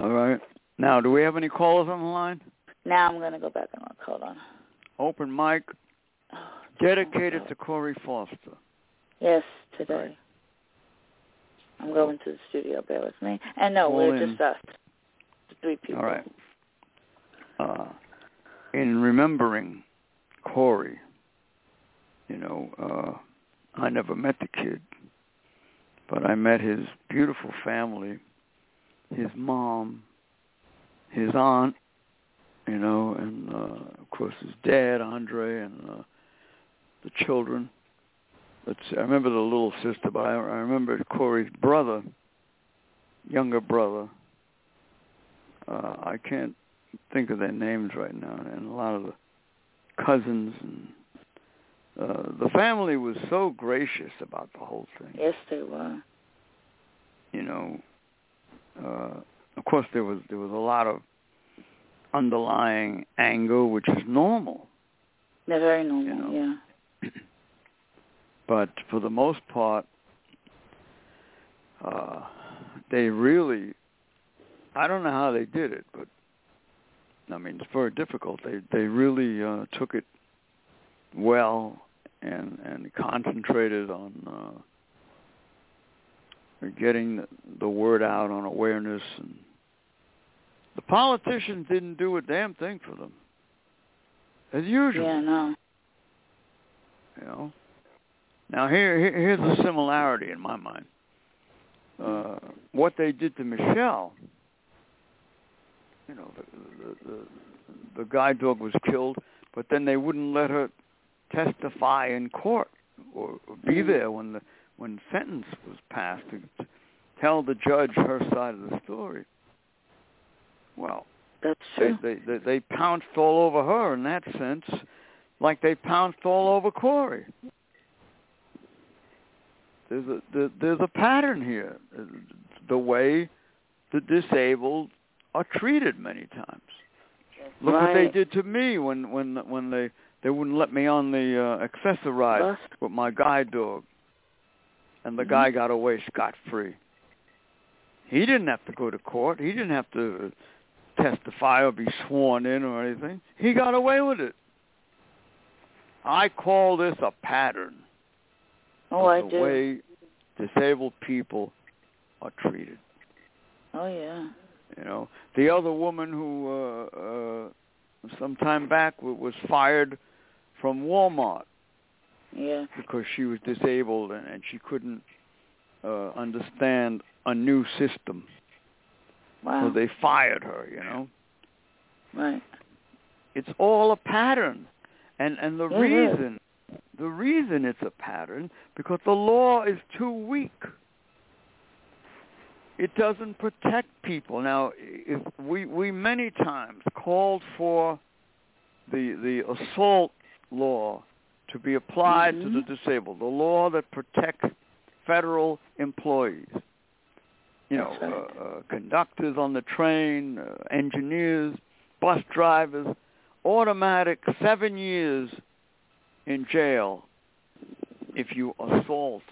All right. Now, do we have any callers on the line?
Now I'm gonna go back and look. Hold on.
Open mic.
Oh,
dedicated to Corey Foster.
Yes, today. I'm going to the studio. Bear with me. And no,
Call
we're
in.
just us, the three people.
All right. Uh, in remembering Corey, you know, uh, I never met the kid, but I met his beautiful family, his mom, his aunt, you know, and uh, of course his dad, Andre, and uh, the children. Let's see, I remember the little sister, but I, I remember Corey's brother, younger brother. Uh, I can't think of their names right now, and a lot of the cousins and uh, the family was so gracious about the whole thing.
Yes, they were.
You know, uh, of course there was there was a lot of underlying anger, which is normal,
They're very normal.
know.
Yeah.
but for the most part, uh, they really. I don't know how they did it, but I mean it's very difficult. They they really uh, took it well and and concentrated on uh, getting the, the word out on awareness and the politicians didn't do a damn thing for them as usual
Yeah. No.
you know. Now here, here here's the similarity in my mind. Uh, what they did to Michelle, you know, the, the, the, the guide dog was killed, but then they wouldn't let her testify in court or, or be
Mhm.
there when the when sentence was passed to, to tell the judge her side of the story. Well,
That's
they,
true.
they, they, they pounced all over her in that sense, like they pounced all over Corey. There's a there- there's a pattern here, the way the disabled are treated many times. Look what they
Right.
did to me when when when they they wouldn't let me on the uh, accessorize
Bus.
with my guide dog, and the
Mhm.
guy got away scot free. He didn't have to go to court. He didn't have to testify or be sworn in or anything. He got away with it. I call this a pattern
Oh,
of
I
the
do.
way disabled people are treated.
Oh, yeah.
You know, the other woman who uh, uh, some time back w- was fired from Walmart
Yeah.
because she was disabled and, and she couldn't uh, understand a new system,
Wow.
so they fired her. You know,
right.
it's all a pattern, and and the
Yeah, it is.
reason the reason it's a pattern because the law is too weak. It doesn't protect people. Now, if we we many times called for the the assault law to be applied to
Mhm.
the disabled, the law that protects federal employees. You know,
That's right.
uh, uh, conductors on the train, uh, engineers, bus drivers, automatic seven years in jail if you assault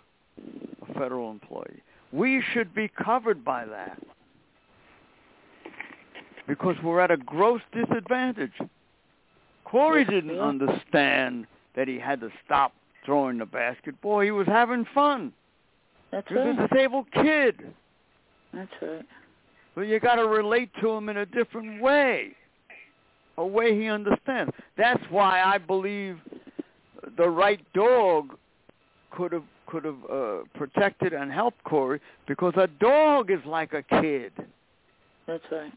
a federal employee. We should be covered by that because we're at a gross disadvantage. Corey
Yes, we
didn't
are.
understand that he had to stop throwing the basketball. He was having fun.
That's
He was
right.
a disabled kid.
That's right.
But you got to relate to him in a different way, a way he understands. That's why I believe the right dog could have could have uh, protected and helped Corey because a dog is like a kid,
That's right.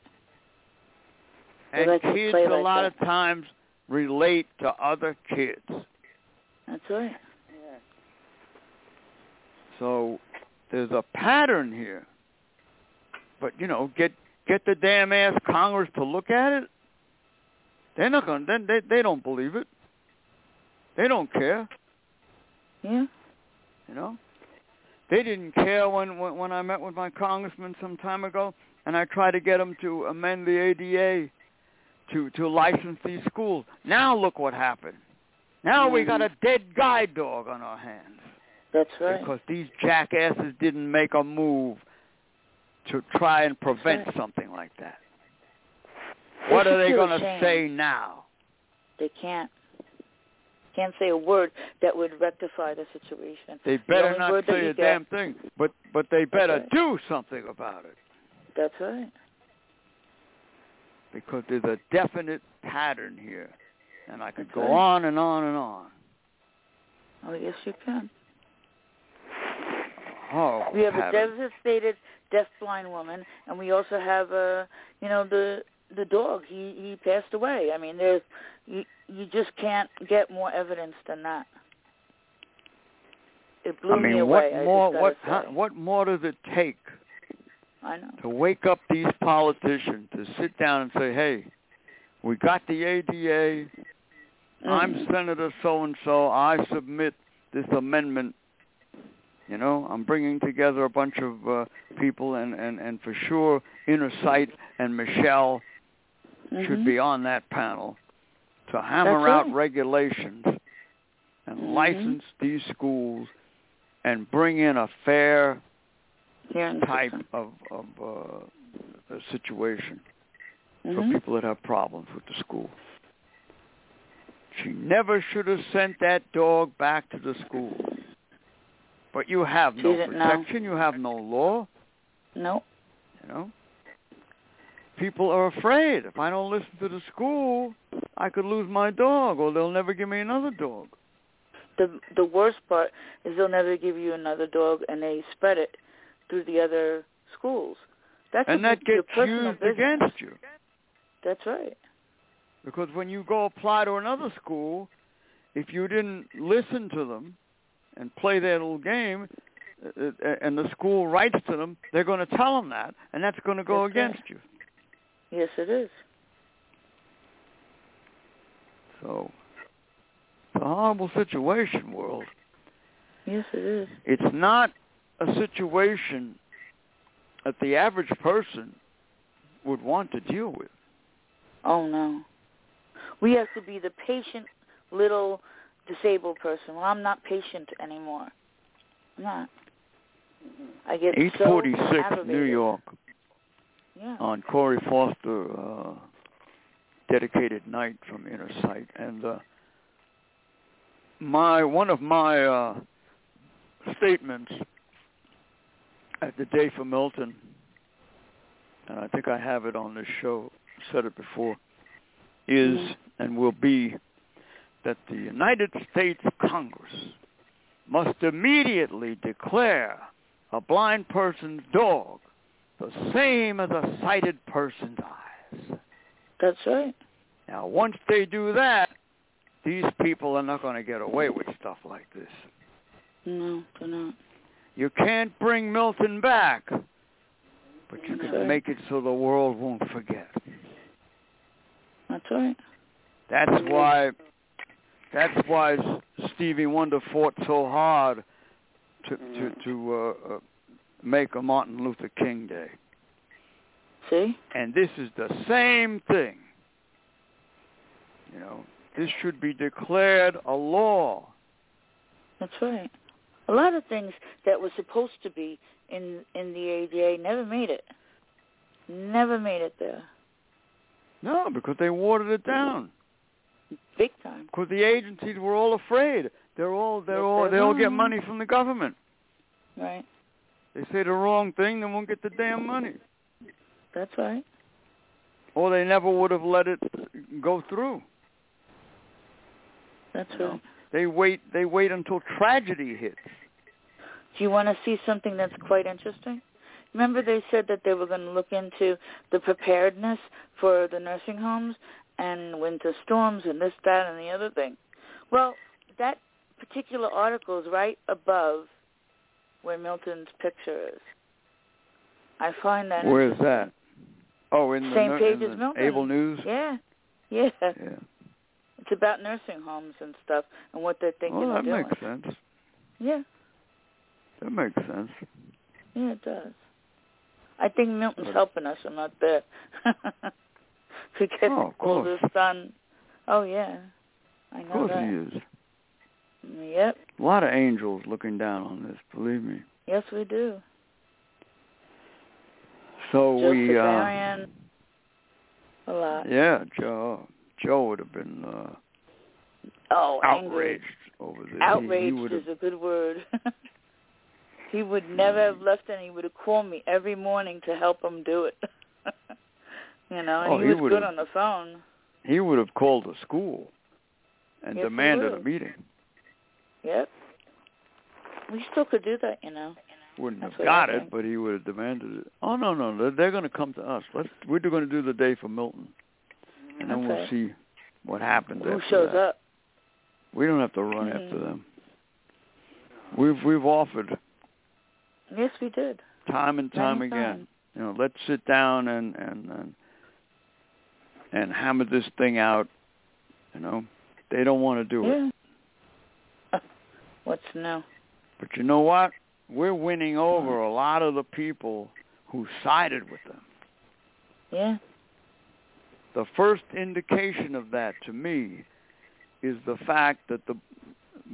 They
and
like to
kids
play
a
like
lot
that.
of times relate to other kids.
That's right.
Yes.
So there's a pattern here. But you know, get get the damn ass Congress to look at it. They're not gonna. Then they they don't believe it. They don't care.
Yeah.
You know, they didn't care when when, when I met with my congressman some time ago, and I tried to get him to amend the ADA to to license these schools. Now look what happened. Now we got a dead guide dog on our hands.
That's right.
because these jackasses didn't make a move to try and prevent
That's right.
something like that.
They
what
should
are they
feel
going to
ashamed.
say now?
They can't. can't say a word that would rectify the situation.
They
the
better
only
not
word that
say
you
a
get-
damn thing, but but they better
right.
do something about it
That's right.
because there's a definite pattern here, and I could
That's
go
right.
on and on and on.
Oh, yes, you can.
Oh,
We have a
pattern.
devastated deaf-blind woman, and we also have uh, you know, the the dog. He he passed away. I mean, there's you you just can't get more evidence than that. It blew
I mean,
me away.
what
I just
more?
gotta
What
say.
how- what more does it take
I know.
to wake up these politicians to sit down and say, "Hey, we got the ADA. I'm
Mhm.
Senator so and so. I submit this amendment. You know, I'm bringing together a bunch of uh, people, and and and for sure, Inner Sight and Michelle should
Mhm.
be on that panel to hammer
That's
out
right.
regulations and
Mhm.
license these schools and bring in a fair
Hearing
type
system.
of of uh, a situation
Mhm.
for people that have problems with the school. She never should have sent that dog back to the school. But you have
She
no
didn't know.
protection. You have no law.
No.
You know, people are afraid. If I don't listen to the school, I could lose my dog, or they'll never give me another dog.
The the worst part is they'll never give you another dog, and they spread it through the other schools. That's
and
your-
that
your
gets
personal
used
business.
against you
That's right.
because when you go apply to another school, if you didn't listen to them and play their little game, uh, uh, and the school writes to them, they're going to tell them that, and that's going to go
That's right.
against you.
Yes, it is.
So it's a horrible situation, world.
Yes, it is.
It's not a situation that the average person would want to deal with.
Oh no. We have to be the patient little disabled person. Well, I'm not patient anymore. I'm not. I get so
846 New
aggravated.
York.
Yeah.
on Corey Foster uh, dedicated night from Inner Sight, and uh, my one of my uh, statements at the day for Milton, and I think I have it on this show, said it before, is
Mhm.
and will be that the United States Congress must immediately declare a blind person's dog the same as a sighted person's eyes.
That's right.
Now, once they do that, these people are not going to get away with stuff like this.
No, they're not.
You can't bring Milton back, but you
Sure.
can make it so the world won't forget.
That's right.
That's why. That's why Stevie Wonder fought so hard to to
Mm.
to uh, uh, make a Martin Luther King Day.
See?
And this is the same thing. You know, this should be declared a law.
That's right. A lot of things that were supposed to be in in the ADA never made it. Never made it there.
No, because they watered it down.
Big time.
Because the agencies were all afraid. They're all they're
Yes,
all
they
they all
were.
get money from the government.
Right.
They say the wrong thing, they won't get the damn money.
That's right.
Or they never would have let it go through.
That's
You know?
right.
They wait they wait until tragedy hits.
Do you want to see something that's quite interesting? Remember they said that they were going to look into the preparedness for the nursing homes and winter storms and this, that, and the other thing. Well, that particular article is right above where Milton's picture is. I find that
Where is that? Oh, in the,
Same
nu-
page
in
as
the
Milton.
Able News.
yeah, yeah.
yeah.
It's about nursing homes and stuff and what they're thinking
Well,
of
Oh, that
doing.
makes sense.
Yeah,
That makes sense.
yeah, it does. I think Milton's
But-
helping us. I'm not there. to get
Oh, of
all
course.
this done. Oh yeah, I
Of
know
course
that.
he is.
Yep.
A lot of angels looking down on this, believe me.
Yes, we do.
So
Joseph
we uh
Arian, a lot.
Yeah, Joe Joe would have been uh
Oh,
outraged over this. He-
Angry. Outraged
he, would have
is a good word. he would never
Mm.
have left, and he would have called me every morning to help him do it. you know, and
Oh,
he,
he
was
would
good
have-
on the phone.
he would have called the school and
Yes, he
demanded a
would've.
meeting.
Yep. We still could do that, you know.
Wouldn't
That's
have
what I
got it,
think.
but he would have demanded it. Oh no, no, they're, they're going to come to us. Let's we're going to do the day for Milton, and then we'll
Okay.
see what happens.
Who
after
shows
that.
up?
We don't have to run
Mhm.
after them. We've we've offered
Yes, we did.
time and time
Many
again.
times.
You know, let's sit down and and and, and hammer this thing out. You know, they don't want to do it,
Yeah. What's new?
but you know what? We're winning over a lot of the people who sided with them.
Yeah.
The first indication of that to me is the fact that the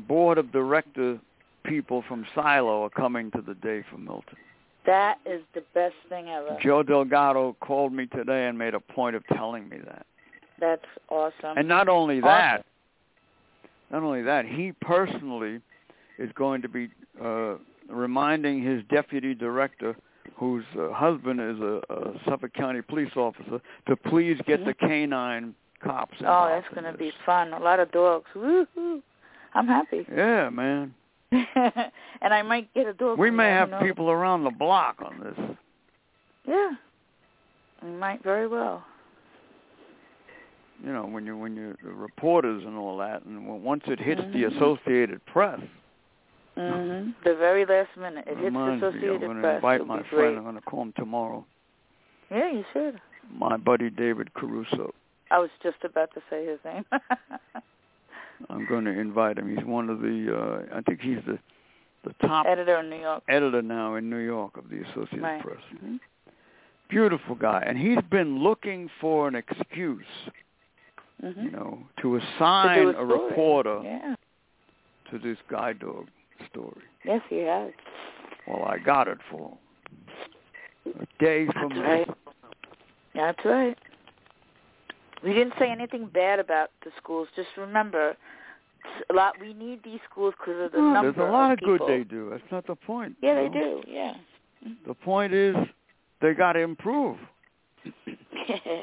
board of director people from Silo are coming to the day for Milton.
That is the best thing ever.
Joe Delgado called me today and made a point of telling me that.
That's awesome.
And not only
Um,
that, not only that, he personally is going to be uh, reminding his deputy director, whose uh, husband is a, a Suffolk County police officer, to please get
Mhm.
the canine cops.
Oh,
involved
that's
in
going to
this.
be fun. A lot of dogs. Woohoo. I'm happy.
Yeah, man.
and I might get a dog.
We
from
may
you,
have
who knows?
people around the block on this.
Yeah. We might very well.
You know, when you when you the reporters and all that, and when, once it hits
Mhm.
the Associated Press,
hmm The very last minute. It hits the
reminds me, I'm
Associated
going to
Press.
invite
It'll
my
be
friend.
great.
I'm going to call him tomorrow.
Yeah, you should.
My buddy David Caruso.
I was just about to say his name.
I'm going to invite him. He's one of the uh, I think he's the the top
Editor in New York.
editor now in New York of the Associated
Right.
Press.
Mhm.
Beautiful guy, and he's been looking for an excuse,
Mm-hmm.
you know, to assign
to do a, story.
reporter
Yeah.
to this guide dog story.
Yes, he has.
Well, I got it for him. A day for
That's
me.
right. That's right. We didn't say anything bad about the schools. Just remember, it's a lot. We need these schools because of the number
There's a lot of
people.
good they do. That's not the point.
Yeah,
you
they
know?
do. Yeah.
The point is they got to improve.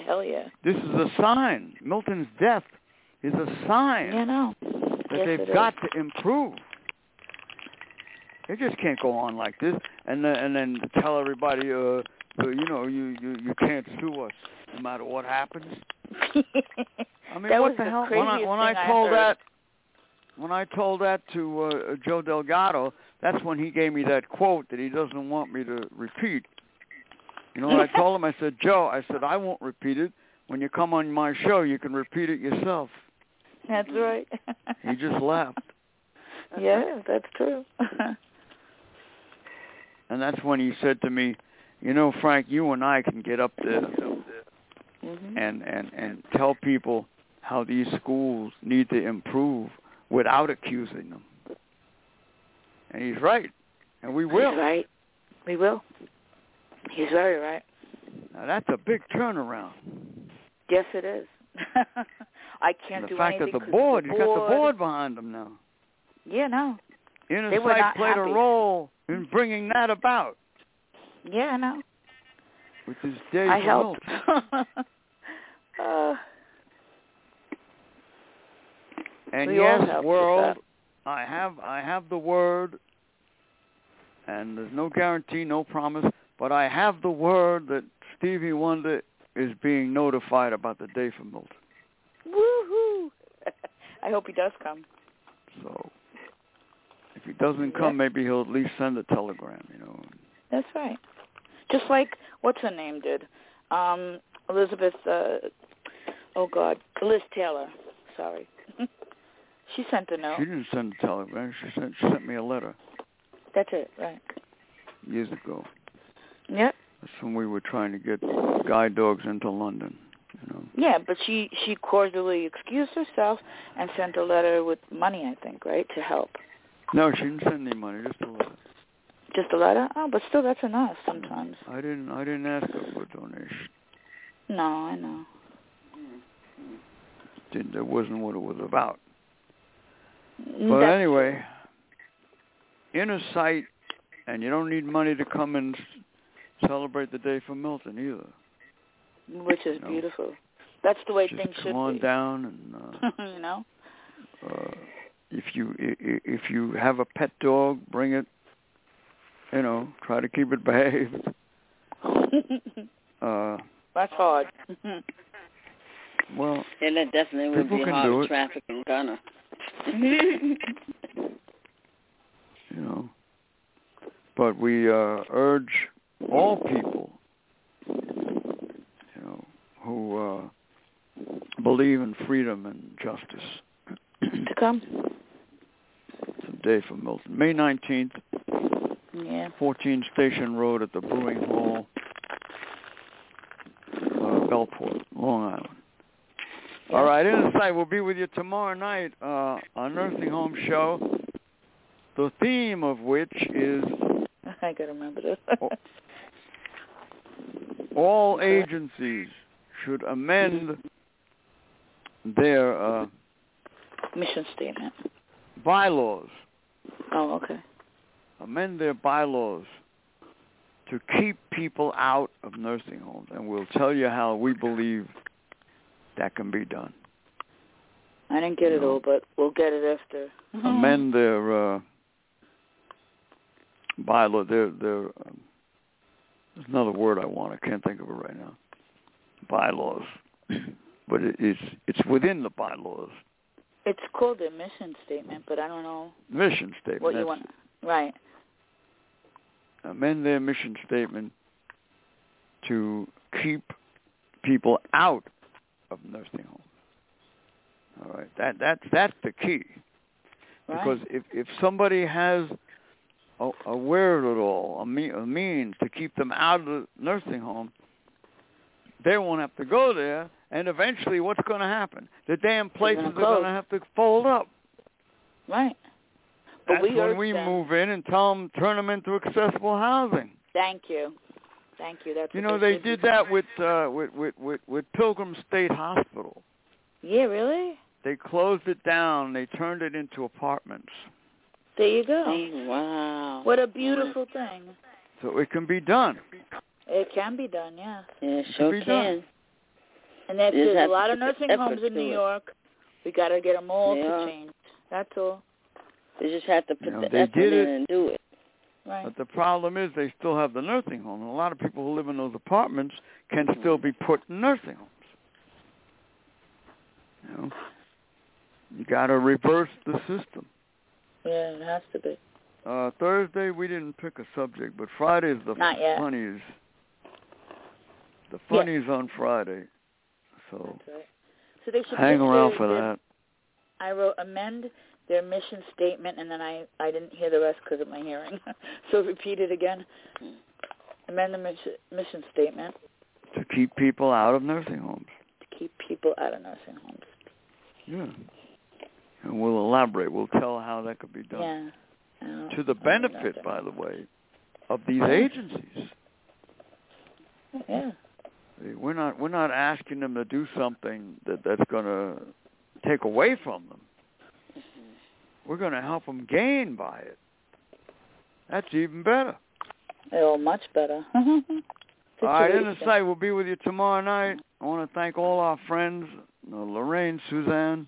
Hell yeah.
This is a sign. Milton's death is a sign.
You know.
that
yes, it
they've
is.
got to improve. They just can't go on like this, and then, and then tell everybody, uh, uh, you know, you, you you can't sue us no matter what happens. I mean,
That
what
was
the
the
hell? When I
craziest
when
thing I
I told
heard.
that, when I told that to uh, Joe Delgado, that's when he gave me that quote that he doesn't want me to repeat. You know what I told him? I said, Joe, I said I won't repeat it. When you come on my show, you can repeat it yourself.
That's right.
He just laughed.
yeah, that's true.
And that's when he said to me, "You know, Frank, you and I can get up there
hmm
and and and tell people how these schools need to improve without accusing them." And he's right, and we will.
He's right. We will. He's very right.
Now that's a big turnaround.
Yes, it is. I
and
can't
the
do
fact that
anything
the
'cause
board,
the
he's
board,
got the board behind him now.
Yeah, no.
Inner
They were
Sight
not
played a
happy.
role in bringing that about,
Yeah, no.
which is Dave
I
Ramone.
helped. uh,
And
We all
yes,
helped with
world,
that.
I have I have the word, and there's no guarantee, no promise, but I have the word that Stevie Wonder is being notified about the day for Milton.
woohoo! I hope he does come.
So if he doesn't come, maybe he'll at least send a telegram. You know,
That's right. Just like what's her name did, um, Elizabeth. Uh, oh God, Liz Taylor. Sorry, she sent a note.
she didn't send a telegram. She sent she sent me a letter
That's it, right?
years ago.
Yep.
That's when we were trying to get guide dogs into London. You know,
Yeah, but she she cordially excused herself and sent a letter with money, I think, right, to help.
no, she didn't send any money. Just a letter.
Just a letter? Oh, but still, that's enough sometimes.
I didn't I didn't ask her for a donation.
No, I know.
didn't, that wasn't what it was about. But
Mm, That's-
anyway, inner sight, and you don't need money to come and s- celebrate the day for Milton either.
which is
No.
beautiful. That's the way
Just
things should
come on
be.
down, and uh,
you know,
uh, if you i- i- if you have a pet dog, bring it. You know, try to keep it behaved. Uh,
that's hard.
well,
And that definitely would
People
be
can
hard
do
with
it.
traffic in Ghana.
you know, but we uh, urge all people, you know, who uh, believe in freedom and justice.
to come.
Today for Milton. May 19th,
Yeah.
14 Station Road at the Brewing Hall, uh, Bellport, Long Island. All right, Insight will be with you tomorrow night uh, on Nursing Home Show, the theme of which is
I gotta remember this.
Oh. all agencies should amend their uh,
Mission statement.
bylaws,
Oh, okay.
amend their bylaws to keep people out of nursing homes, and we'll tell you how we believe that can be done.
I didn't get it all, but we'll get it after.
amend their uh, bylaw. Their their um, there's another word I want. I can't think of it right now. Bylaws, but it, it's it's within the bylaws.
It's called a mission statement, but I don't know
Mission statement.
what you
that's
want. Right.
it. Amend their mission statement to keep people out of nursing homes. All right, that that's that's the key.
Right.
because if if somebody has a, a wherewithal, a, me, a means to keep them out of the nursing home, they won't have to go there. And eventually, what's going to happen? The damn places are
gonna
going
close.
to have to fold up.
right. But
That's
we
when
urge
we
them.
move in and tell them turn them into accessible housing.
Thank you. Thank you. That's
You
what
know they
should be
did that with uh, with, with with with Pilgrim State Hospital.
doing. Yeah, really.
They closed it down. They turned it into apartments.
There you go.
Oh, wow.
What a beautiful thing.
So it can be done.
It can be done, yeah.
Yeah,
Be
sure
done.
can.
And there's,
You just
there's
have
a
to
lot of
put the
nursing
effort
homes in
to
New
it.
York. We got to get them all
Yeah.
to change. That's all.
You just have to put
You know,
the
they
effort
did
in
it.
and do it.
Right.
But the problem is they still have the nursing home, and a lot of people who live in those apartments can still be put in nursing homes. You know, you got to reverse the system.
Yeah, it has to be.
Uh, Thursday we didn't pick a subject, but Friday is the
Not yet.
funnies. The funnies on Friday, so
That's right. So they should
Oh. hang
get
around
their-
for
their-
that.
I wrote amend their mission statement, and then I I didn't hear the rest because of my hearing. so repeat it again.
Mm.
Amend the mission, mission statement
To keep people out of nursing homes.
to keep people out of nursing homes.
Yeah. And we'll elaborate. We'll tell how that could be done.
Yeah. I don't-
to the
I don't know if
benefit,
that-
by the way, of these agencies.
Yeah.
We're not we're not asking them to do something that that's going to take away from them.
Mm-hmm.
We're going to help them gain by it. That's even better.
Oh, much better.
All right, Inner
Situation.
Sight will be with you tomorrow night. I want to thank all our friends, uh, Lorraine, Suzanne,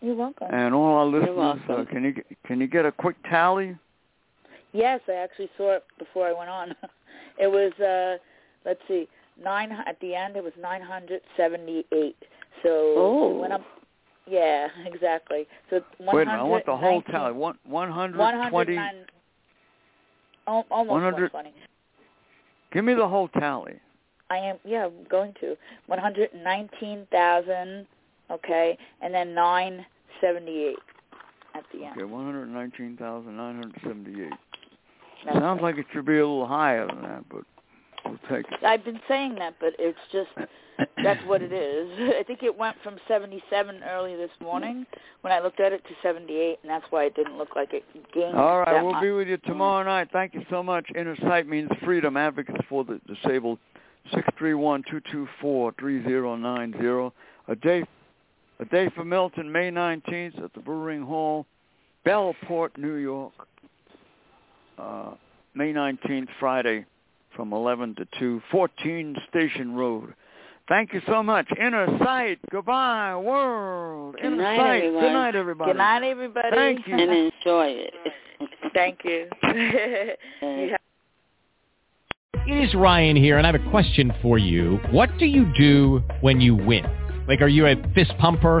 You're welcome.
and all our listeners. Uh,
welcome.
can you get- can you get a quick tally?
Yes, I actually saw it before I went on. It was uh let's see, nine hu- at the end it was nine hundred seventy eight. So
Oh.
it went up yeah, exactly. So
Wait a minute, I want the whole tally. One one
One
hundred
hundred
twenty.
nine almost
100
120.
Give me the whole tally.
I am yeah, I'm going to. One hundred and nineteen thousand, okay, and then nine seventy eight at the end.
Okay, 119,978.
That's
Sounds
right.
like it should be a little higher than that, but we'll take it.
I've been saying that, but it's just That's what it is. I think it went from 77 early this morning when I looked at it to 78, and that's why it didn't look like it gained
All right,
that
we'll
much.
be with you
Mm-hmm.
tomorrow night. Thank you so much. Inner Sight means freedom. Advocates for the disabled. Six three one two two four three zero nine zero. A day, a day for Milton, May nineteenth at the Brewing Hall, Bellport, New York, uh, May 19th, Friday, from 11 to 2, 14 Station Road. Thank you so much. Inner Sight. Goodbye, world.
Good
Inner
night,
Sight.
everyone.
Good night, everybody.
Good night, everybody.
Thank you.
and enjoy it.
Thank you. you have-
It is Ryan here, and I have a question for you. What do you do when you win? Like, are you a fist pumper,